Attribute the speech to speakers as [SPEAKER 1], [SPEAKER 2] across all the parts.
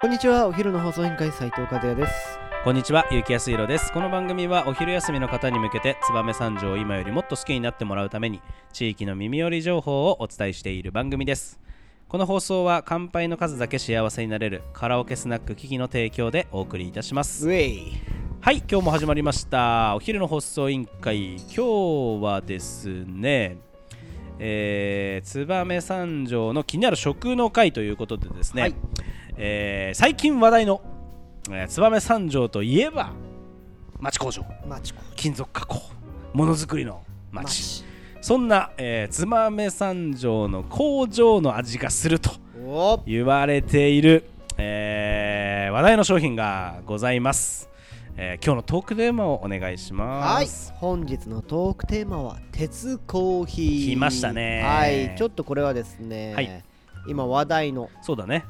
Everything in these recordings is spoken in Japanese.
[SPEAKER 1] こんにちはお昼の放送委員会斉藤和也です
[SPEAKER 2] こんにちは、ゆきやすいろです。この番組はお昼休みの方に向けて、燕三条を今よりもっと好きになってもらうために、地域の耳寄り情報をお伝えしている番組です。この放送は、乾杯の数だけ幸せになれるカラオケスナック機器の提供でお送りいたします。
[SPEAKER 1] ウェイ
[SPEAKER 2] はい、今日も始まりました。お昼の放送委員会、今日はですね、えー、燕三条の気になる食の会ということでですね、
[SPEAKER 1] はい
[SPEAKER 2] えー最近話題の、えー、燕三条といえば町工場
[SPEAKER 1] マチコ
[SPEAKER 2] 金属加工ものづくりの町そんな、えー、燕三条の工場の味がすると
[SPEAKER 1] おー
[SPEAKER 2] 言われている、えー話題の商品がございます、えー今日のトークテーマをお願いし
[SPEAKER 1] は
[SPEAKER 2] ま
[SPEAKER 1] い
[SPEAKER 2] す、
[SPEAKER 1] 本日のトークテーマは鉄コーヒー
[SPEAKER 2] 来ましたね
[SPEAKER 1] はいちょっとこれはですね、
[SPEAKER 2] はい
[SPEAKER 1] 今話題の
[SPEAKER 2] そうだね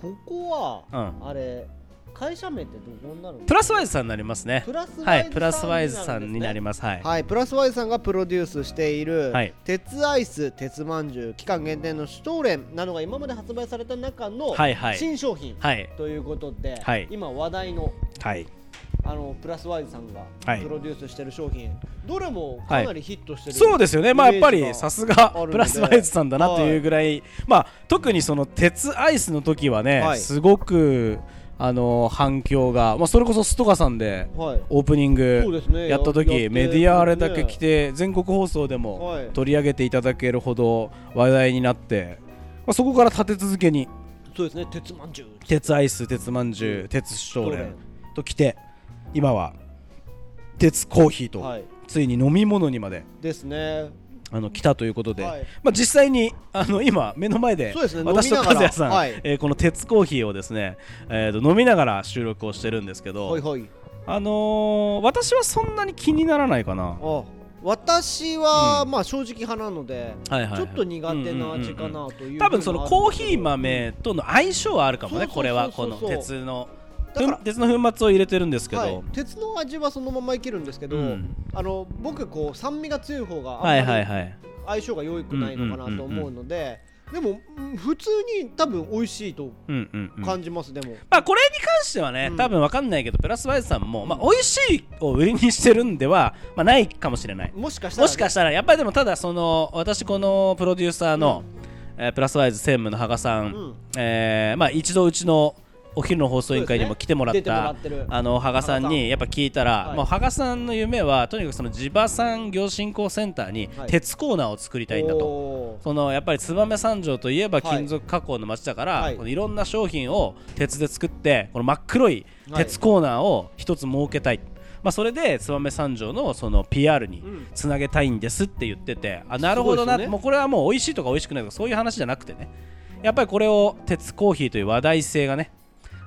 [SPEAKER 1] ここは、
[SPEAKER 2] うん
[SPEAKER 1] あれ会社名ってどこになるの
[SPEAKER 2] プラスワイズさんになりますね
[SPEAKER 1] プラス
[SPEAKER 2] は
[SPEAKER 1] ワイズさんになるんですね
[SPEAKER 2] いプラスワイズさんになりますはい、
[SPEAKER 1] はい、プラスワイズさんがプロデュースしている、
[SPEAKER 2] はい
[SPEAKER 1] 鉄アイス、鉄まんじゅう期間限定のシュトーレンなどが今まで発売された中の
[SPEAKER 2] はいはい
[SPEAKER 1] 新商品
[SPEAKER 2] はい
[SPEAKER 1] ということで、
[SPEAKER 2] はい
[SPEAKER 1] 今話題の
[SPEAKER 2] はい
[SPEAKER 1] あのプラスワイズさんが
[SPEAKER 2] はい
[SPEAKER 1] プロデュースしてる商品、どれもかなりヒットしてる、
[SPEAKER 2] そうですよね、まあ、やっぱりさ
[SPEAKER 1] す
[SPEAKER 2] すが
[SPEAKER 1] あるんで
[SPEAKER 2] プラスワイズさんだなというぐらい、まあ、特にその鉄アイスの時はね、
[SPEAKER 1] はい
[SPEAKER 2] すごくあの反響が、まあ、それこそストガさんで
[SPEAKER 1] はい
[SPEAKER 2] オープニン
[SPEAKER 1] そうで
[SPEAKER 2] グ
[SPEAKER 1] すね
[SPEAKER 2] やった時、
[SPEAKER 1] ややって
[SPEAKER 2] メディアあれだけ来て、全国放送で
[SPEAKER 1] はい
[SPEAKER 2] も取り上げていただけるほど話題になって、まあ、そこから立て続けに
[SPEAKER 1] そうですね、鉄まんじゅう、
[SPEAKER 2] 鉄アイス、鉄まんじゅう、鉄少
[SPEAKER 1] そうね
[SPEAKER 2] 年と来て、今は鉄コーヒーと、
[SPEAKER 1] はい、
[SPEAKER 2] ついに飲み物にまで。
[SPEAKER 1] ですね、
[SPEAKER 2] あの来たということで、
[SPEAKER 1] はい
[SPEAKER 2] まあ、実際にあの今、目の前で
[SPEAKER 1] そうですね
[SPEAKER 2] 私と
[SPEAKER 1] 飲みなが
[SPEAKER 2] 和
[SPEAKER 1] ら
[SPEAKER 2] 也さん、
[SPEAKER 1] はい
[SPEAKER 2] えーこの鉄コーヒーをですね、えーと飲みながら収録をしてるんですけど、
[SPEAKER 1] はいはい、
[SPEAKER 2] あのー私はそんなに気にならないかな。
[SPEAKER 1] あ私は、
[SPEAKER 2] う
[SPEAKER 1] まあ正直派なので、
[SPEAKER 2] はいはいはい
[SPEAKER 1] ちょっと苦手な味かなという
[SPEAKER 2] 多分そのコーヒー
[SPEAKER 1] 豆
[SPEAKER 2] 豆との相性はあるかもね、
[SPEAKER 1] そうそうそうそう
[SPEAKER 2] これはこの鉄の
[SPEAKER 1] だから
[SPEAKER 2] 鉄の粉末を入れてるんですけど、
[SPEAKER 1] はい、鉄の味はそのままいけるんですけど、
[SPEAKER 2] うん
[SPEAKER 1] あの僕こう酸味が強い方が
[SPEAKER 2] は
[SPEAKER 1] あ
[SPEAKER 2] い
[SPEAKER 1] ん
[SPEAKER 2] は
[SPEAKER 1] ま
[SPEAKER 2] い
[SPEAKER 1] り
[SPEAKER 2] はい、
[SPEAKER 1] 相性が良くないのかなと思うのででもうん普通に多分美味しいと
[SPEAKER 2] うんうんうん、
[SPEAKER 1] 感じます、でも
[SPEAKER 2] まあこれに関してはね、
[SPEAKER 1] うん
[SPEAKER 2] 多分わかんないけどプラスワイズさんも、まあ、美味しいを売りにしてるんでは、まあ、ないかもしれない
[SPEAKER 1] もしかしたら、
[SPEAKER 2] もしかしたらやっぱりでもただその私このプロデューサーの、えープラスワイズ専務の羽賀さん、
[SPEAKER 1] うん
[SPEAKER 2] えーまあ、一度うちのお昼の放送委員会にも来てもらっ
[SPEAKER 1] 出てもら
[SPEAKER 2] た、
[SPEAKER 1] ってる
[SPEAKER 2] あの羽賀さん
[SPEAKER 1] 羽賀さん
[SPEAKER 2] にやっぱ聞いたら、
[SPEAKER 1] はい
[SPEAKER 2] もう羽賀さんの夢はとにかくその地場産業振興センターに
[SPEAKER 1] はい
[SPEAKER 2] 鉄コーナーを作りたいんだと。
[SPEAKER 1] おー
[SPEAKER 2] そのやっぱり燕三条といえば
[SPEAKER 1] はい
[SPEAKER 2] 金属加工の町だから、
[SPEAKER 1] はい
[SPEAKER 2] い、このいろんな商品を鉄で作ってこの真っ黒い
[SPEAKER 1] はい
[SPEAKER 2] 鉄コーナーを一つ設けたい、まあ、それで燕三条のその PR に
[SPEAKER 1] うん
[SPEAKER 2] つなげたいんですって言ってて、あなるほどな、
[SPEAKER 1] すごいですよね
[SPEAKER 2] もうこれはもう美味しいとか美味しくないとかそういう話じゃなくてねやっぱりこれを鉄コーヒーという話題性がね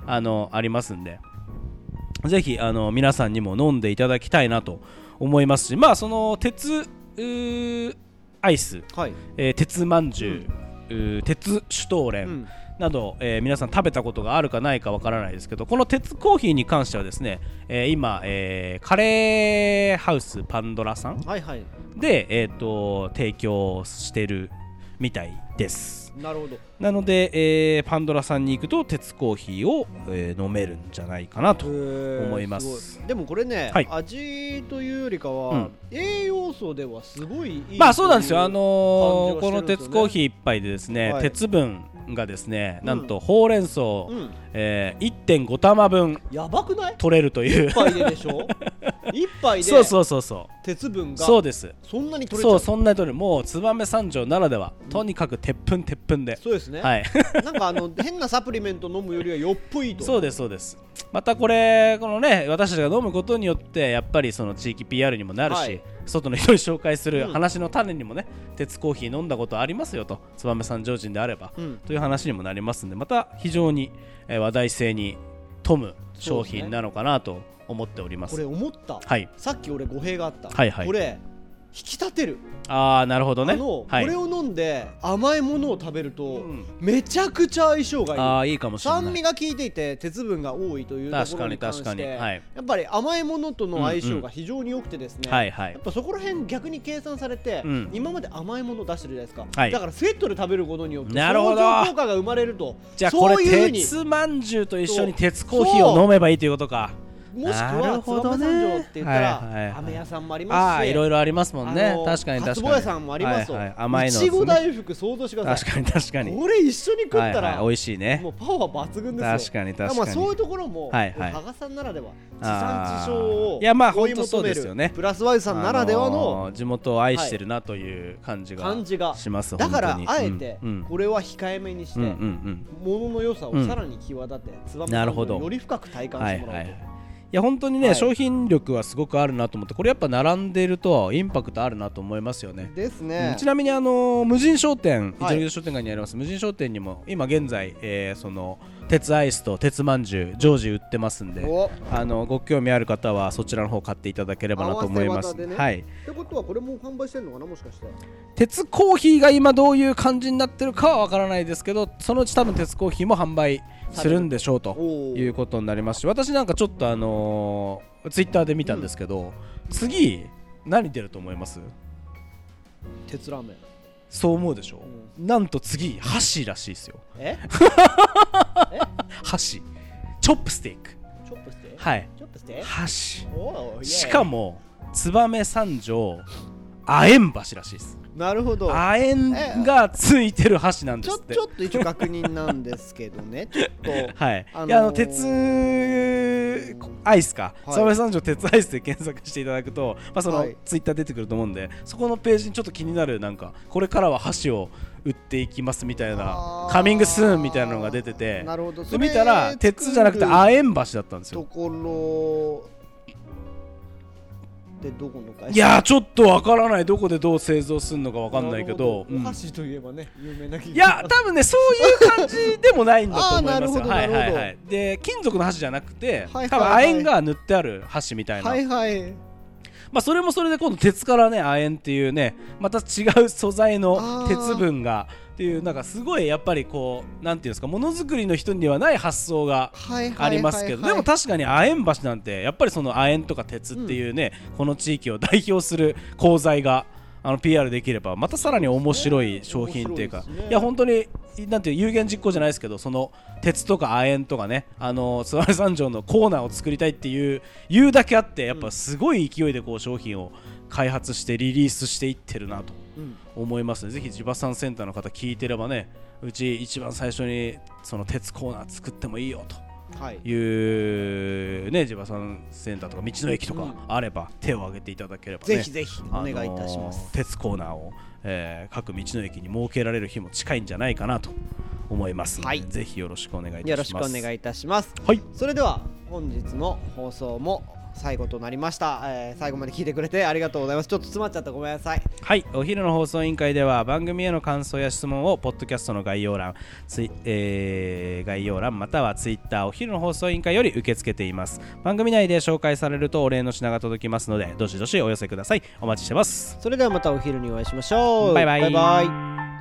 [SPEAKER 2] あのありますんでぜひあの皆さんにも飲んでいただきたいなと思いますしまあその鉄うーアイス
[SPEAKER 1] はい、
[SPEAKER 2] えー鉄まんじゅううー鉄シュトーレ
[SPEAKER 1] う
[SPEAKER 2] ン
[SPEAKER 1] ん
[SPEAKER 2] など、えー皆さん食べたことがあるかないかわからないですけどこの鉄コーヒーに関してはですね、えー今、えーカレーハウスパンドラさん
[SPEAKER 1] はいはい
[SPEAKER 2] で、えー、と提供してるみたいです
[SPEAKER 1] なるほど
[SPEAKER 2] なので、えーパンドラさんに行くと鉄コーヒーを、えー飲めるんじゃないかなと
[SPEAKER 1] 思
[SPEAKER 2] 思います
[SPEAKER 1] でもこれね、
[SPEAKER 2] はい
[SPEAKER 1] 味というよりかは、
[SPEAKER 2] うん
[SPEAKER 1] 栄養素ではすごいいい
[SPEAKER 2] まあそうなんですよ、
[SPEAKER 1] とい
[SPEAKER 2] あのー
[SPEAKER 1] 感じ
[SPEAKER 2] こ
[SPEAKER 1] は
[SPEAKER 2] の
[SPEAKER 1] してるんですよね
[SPEAKER 2] 鉄コーヒー一杯でですね、
[SPEAKER 1] はい
[SPEAKER 2] 鉄分がですねなん
[SPEAKER 1] う
[SPEAKER 2] とほうれん草、
[SPEAKER 1] うん、
[SPEAKER 2] えー1.5玉分
[SPEAKER 1] やばくない
[SPEAKER 2] 取れるという
[SPEAKER 1] 一杯ででし ょ一杯で
[SPEAKER 2] そうそうそうそ
[SPEAKER 1] 鉄分
[SPEAKER 2] う
[SPEAKER 1] が
[SPEAKER 2] そうです
[SPEAKER 1] そんなに取れちゃ
[SPEAKER 2] そううそんなに取れるもう燕三条ならでは、とにかく鉄粉鉄粉で、
[SPEAKER 1] そうですね、
[SPEAKER 2] はい
[SPEAKER 1] なんかあの変なサプリメント飲むよりはよっぽいいと
[SPEAKER 2] そうですそうですまたこれこのね私たちが飲むことによってやっぱりその地域 PR にもなるし、
[SPEAKER 1] はい
[SPEAKER 2] 外の人に紹介す
[SPEAKER 1] う
[SPEAKER 2] る
[SPEAKER 1] ん
[SPEAKER 2] 話の種にもね、鉄コーヒー飲んだことありますよと燕三条人であれば、
[SPEAKER 1] うん
[SPEAKER 2] という話にもなりますんでまた非常に、えー話題性に富む
[SPEAKER 1] そう
[SPEAKER 2] 商
[SPEAKER 1] ですね
[SPEAKER 2] 品なのかなと思っております
[SPEAKER 1] これ思った、
[SPEAKER 2] はい
[SPEAKER 1] さっき俺語弊があった、
[SPEAKER 2] はいはい
[SPEAKER 1] これ引き立てる、
[SPEAKER 2] ああなるほどね
[SPEAKER 1] あの、
[SPEAKER 2] はい
[SPEAKER 1] これを飲んで甘いものを食べると、
[SPEAKER 2] うん
[SPEAKER 1] めちゃくちゃ相性がいい
[SPEAKER 2] ああいいかもしれない
[SPEAKER 1] 酸味が効いていて鉄分が多いというところに関して
[SPEAKER 2] 確かに確かにはい
[SPEAKER 1] やっぱり甘いものとの相性が非常に良くてですね、
[SPEAKER 2] はいは
[SPEAKER 1] や
[SPEAKER 2] い
[SPEAKER 1] っぱそこら辺逆に計算されて、
[SPEAKER 2] うん
[SPEAKER 1] 今まで甘いものを出してるじゃないですか、
[SPEAKER 2] はい
[SPEAKER 1] だからセットで食べることによって
[SPEAKER 2] なるほど
[SPEAKER 1] 相乗効果が生まれると
[SPEAKER 2] じゃあこ
[SPEAKER 1] そう
[SPEAKER 2] れ
[SPEAKER 1] いうふうに
[SPEAKER 2] 鉄まんじゅうと一緒に鉄コーヒーを飲めばいいということか
[SPEAKER 1] もしく
[SPEAKER 2] なる
[SPEAKER 1] は
[SPEAKER 2] ほど
[SPEAKER 1] 燕
[SPEAKER 2] ね
[SPEAKER 1] 三条って言ったら、
[SPEAKER 2] はいはいはい
[SPEAKER 1] 飴屋さんもありま
[SPEAKER 2] ああ
[SPEAKER 1] すし
[SPEAKER 2] いろいろありますもんね
[SPEAKER 1] あの
[SPEAKER 2] 確かに
[SPEAKER 1] 初
[SPEAKER 2] 確かに
[SPEAKER 1] 坊屋さんもありますよ、
[SPEAKER 2] はいはい甘いの
[SPEAKER 1] ち
[SPEAKER 2] です
[SPEAKER 1] ご
[SPEAKER 2] ね
[SPEAKER 1] 大福想像してくださ
[SPEAKER 2] 確
[SPEAKER 1] い
[SPEAKER 2] かに確かに
[SPEAKER 1] これ一緒に食ったら、
[SPEAKER 2] はいはい美味しいね
[SPEAKER 1] もうパワー抜群ですよ
[SPEAKER 2] 確かに確かに
[SPEAKER 1] まあそういうところも、
[SPEAKER 2] はいはい
[SPEAKER 1] もう加賀さんならでは地産
[SPEAKER 2] あー
[SPEAKER 1] 地消を
[SPEAKER 2] いやまあ
[SPEAKER 1] 追求める
[SPEAKER 2] ほんとそうですよね
[SPEAKER 1] プラスワイズさんならでは
[SPEAKER 2] あ
[SPEAKER 1] の
[SPEAKER 2] ー地元を愛してるなという感じが
[SPEAKER 1] 感じが
[SPEAKER 2] します
[SPEAKER 1] だから
[SPEAKER 2] 本当に
[SPEAKER 1] あえて
[SPEAKER 2] うん
[SPEAKER 1] これは控えめにして、
[SPEAKER 2] うんうんうん
[SPEAKER 1] ものの良さをさらに際立て、つばめ
[SPEAKER 2] な
[SPEAKER 1] さ
[SPEAKER 2] る
[SPEAKER 1] ん
[SPEAKER 2] ほ
[SPEAKER 1] を
[SPEAKER 2] ど
[SPEAKER 1] より深く体
[SPEAKER 2] うん
[SPEAKER 1] 感
[SPEAKER 2] は
[SPEAKER 1] し
[SPEAKER 2] い
[SPEAKER 1] てもら
[SPEAKER 2] は
[SPEAKER 1] おう
[SPEAKER 2] い
[SPEAKER 1] と、
[SPEAKER 2] いや本当にね、
[SPEAKER 1] はい
[SPEAKER 2] 商品力はすごくあるなと思ってこれやっぱ並んでるとインパクトあるなと思いますよね
[SPEAKER 1] です
[SPEAKER 2] う
[SPEAKER 1] ね
[SPEAKER 2] ん、ちなみにあのー無人商店、
[SPEAKER 1] はい
[SPEAKER 2] 一条商店街にあります無人商店にも今現在、えーその鉄アイスと鉄まんじゅう常時売ってますんで
[SPEAKER 1] お
[SPEAKER 2] あのご興味ある方はそちらの方買っていただければなと思います、
[SPEAKER 1] 合わせ技でね
[SPEAKER 2] はい
[SPEAKER 1] ってことはこれもう販売してるのかなもしかして
[SPEAKER 2] 鉄コーヒーが今どういう感じになってるかはわからないですけどそのうち多分鉄コーヒーも販売するんでしょうと
[SPEAKER 1] おー
[SPEAKER 2] いうことになりますし私なんかちょっとあのー、ツイッターで見たんですけど、次何出ると思います
[SPEAKER 1] 鉄ラーメン
[SPEAKER 2] そう思うでしょ、なんと次箸らしいですよ
[SPEAKER 1] ええ
[SPEAKER 2] 箸チョップスティック
[SPEAKER 1] チョップして
[SPEAKER 2] はい
[SPEAKER 1] チョップして
[SPEAKER 2] 箸
[SPEAKER 1] おー
[SPEAKER 2] しか
[SPEAKER 1] も
[SPEAKER 2] も燕三条亜鉛箸らしいです
[SPEAKER 1] なるほど
[SPEAKER 2] 亜鉛がついてる箸なんで
[SPEAKER 1] ちょ
[SPEAKER 2] すっ
[SPEAKER 1] ち
[SPEAKER 2] て
[SPEAKER 1] ょっと一応確認なんですけどねちょっ と
[SPEAKER 2] はい、
[SPEAKER 1] あのー
[SPEAKER 2] いやあの鉄アイスか
[SPEAKER 1] はい
[SPEAKER 2] 燕三条鉄アイスで検索していただくと、まあ、その、
[SPEAKER 1] はい
[SPEAKER 2] ツイッター出てくると思うんでそこのページにちょっと気になるなんかこれからは箸を売っていきますみたいな
[SPEAKER 1] あー
[SPEAKER 2] カミングスーンみたいなのが出てて
[SPEAKER 1] なるほど
[SPEAKER 2] で見たら鉄じゃなくて
[SPEAKER 1] あ
[SPEAKER 2] 亜鉛箸だったんですよ
[SPEAKER 1] ところでどこの会
[SPEAKER 2] いやーちょっとわからないどこでどう製造するのかわかんないけど
[SPEAKER 1] るほ
[SPEAKER 2] うん
[SPEAKER 1] お箸といえばね有名な気が
[SPEAKER 2] いや多分ねそういう感じでもないんだと思いますよ
[SPEAKER 1] あーな
[SPEAKER 2] は
[SPEAKER 1] る
[SPEAKER 2] い
[SPEAKER 1] ほど
[SPEAKER 2] はいはいで金属の箸じゃなくて
[SPEAKER 1] はいはいはい
[SPEAKER 2] 多分亜鉛が塗ってある箸みたいな
[SPEAKER 1] はいはい
[SPEAKER 2] まあそれもそれで今度鉄からね亜鉛っていうねまた違う素材の
[SPEAKER 1] あー
[SPEAKER 2] 鉄分がっていうなんかすごいやっぱりこうなんていうんですかものづくりの人にはない発想が
[SPEAKER 1] はいはいはいはい
[SPEAKER 2] ありますけど、でも確かに亜鉛橋なんてやっぱりその亜鉛とか鉄っていうね、この地域を代表する鋼材があの PR できればまたさらに面白い商品っていうか
[SPEAKER 1] 面白いですね
[SPEAKER 2] いや本当になんていう有言実行じゃないですけどその鉄とか亜鉛とかねあの諏訪根三条のコーナーを作りたいっていう言うだけあってやっぱすごい勢いでこう商品を開発してリリースしていってるなと
[SPEAKER 1] うん
[SPEAKER 2] 思いますねぜひ地場産センターの方聞いてればねうち一番最初にその鉄コーナー作ってもいいよと
[SPEAKER 1] はい
[SPEAKER 2] いうね地場産センターとか道の駅と
[SPEAKER 1] う
[SPEAKER 2] か
[SPEAKER 1] ん
[SPEAKER 2] あれば手を挙げていただければね
[SPEAKER 1] ぜひぜひお願いいたしま
[SPEAKER 2] あのー
[SPEAKER 1] す
[SPEAKER 2] 鉄コーナーを、えー各道の駅に設けられる日も近いんじゃないかなと思いますので、
[SPEAKER 1] はい
[SPEAKER 2] ぜひよろしくお願いいたします
[SPEAKER 1] よろしくお願いいたします
[SPEAKER 2] はい
[SPEAKER 1] それでは本日の放送も最後となりました、えー最後まで聞いてくれてありがとうございますちょっと詰まっちゃったごめんなさい
[SPEAKER 2] はい、お昼の放送委員会では番組への感想や質問をポッドキャストの概要欄、ツイえー概要欄またはツイッターお昼の放送委員会より受け付けています。番組内で紹介されるとお礼の品が届きますので、どしどしお寄せください。お待ちしてます。
[SPEAKER 1] それではまたお昼にお会いしましょう
[SPEAKER 2] バイバイ。
[SPEAKER 1] バイバイ
[SPEAKER 2] イ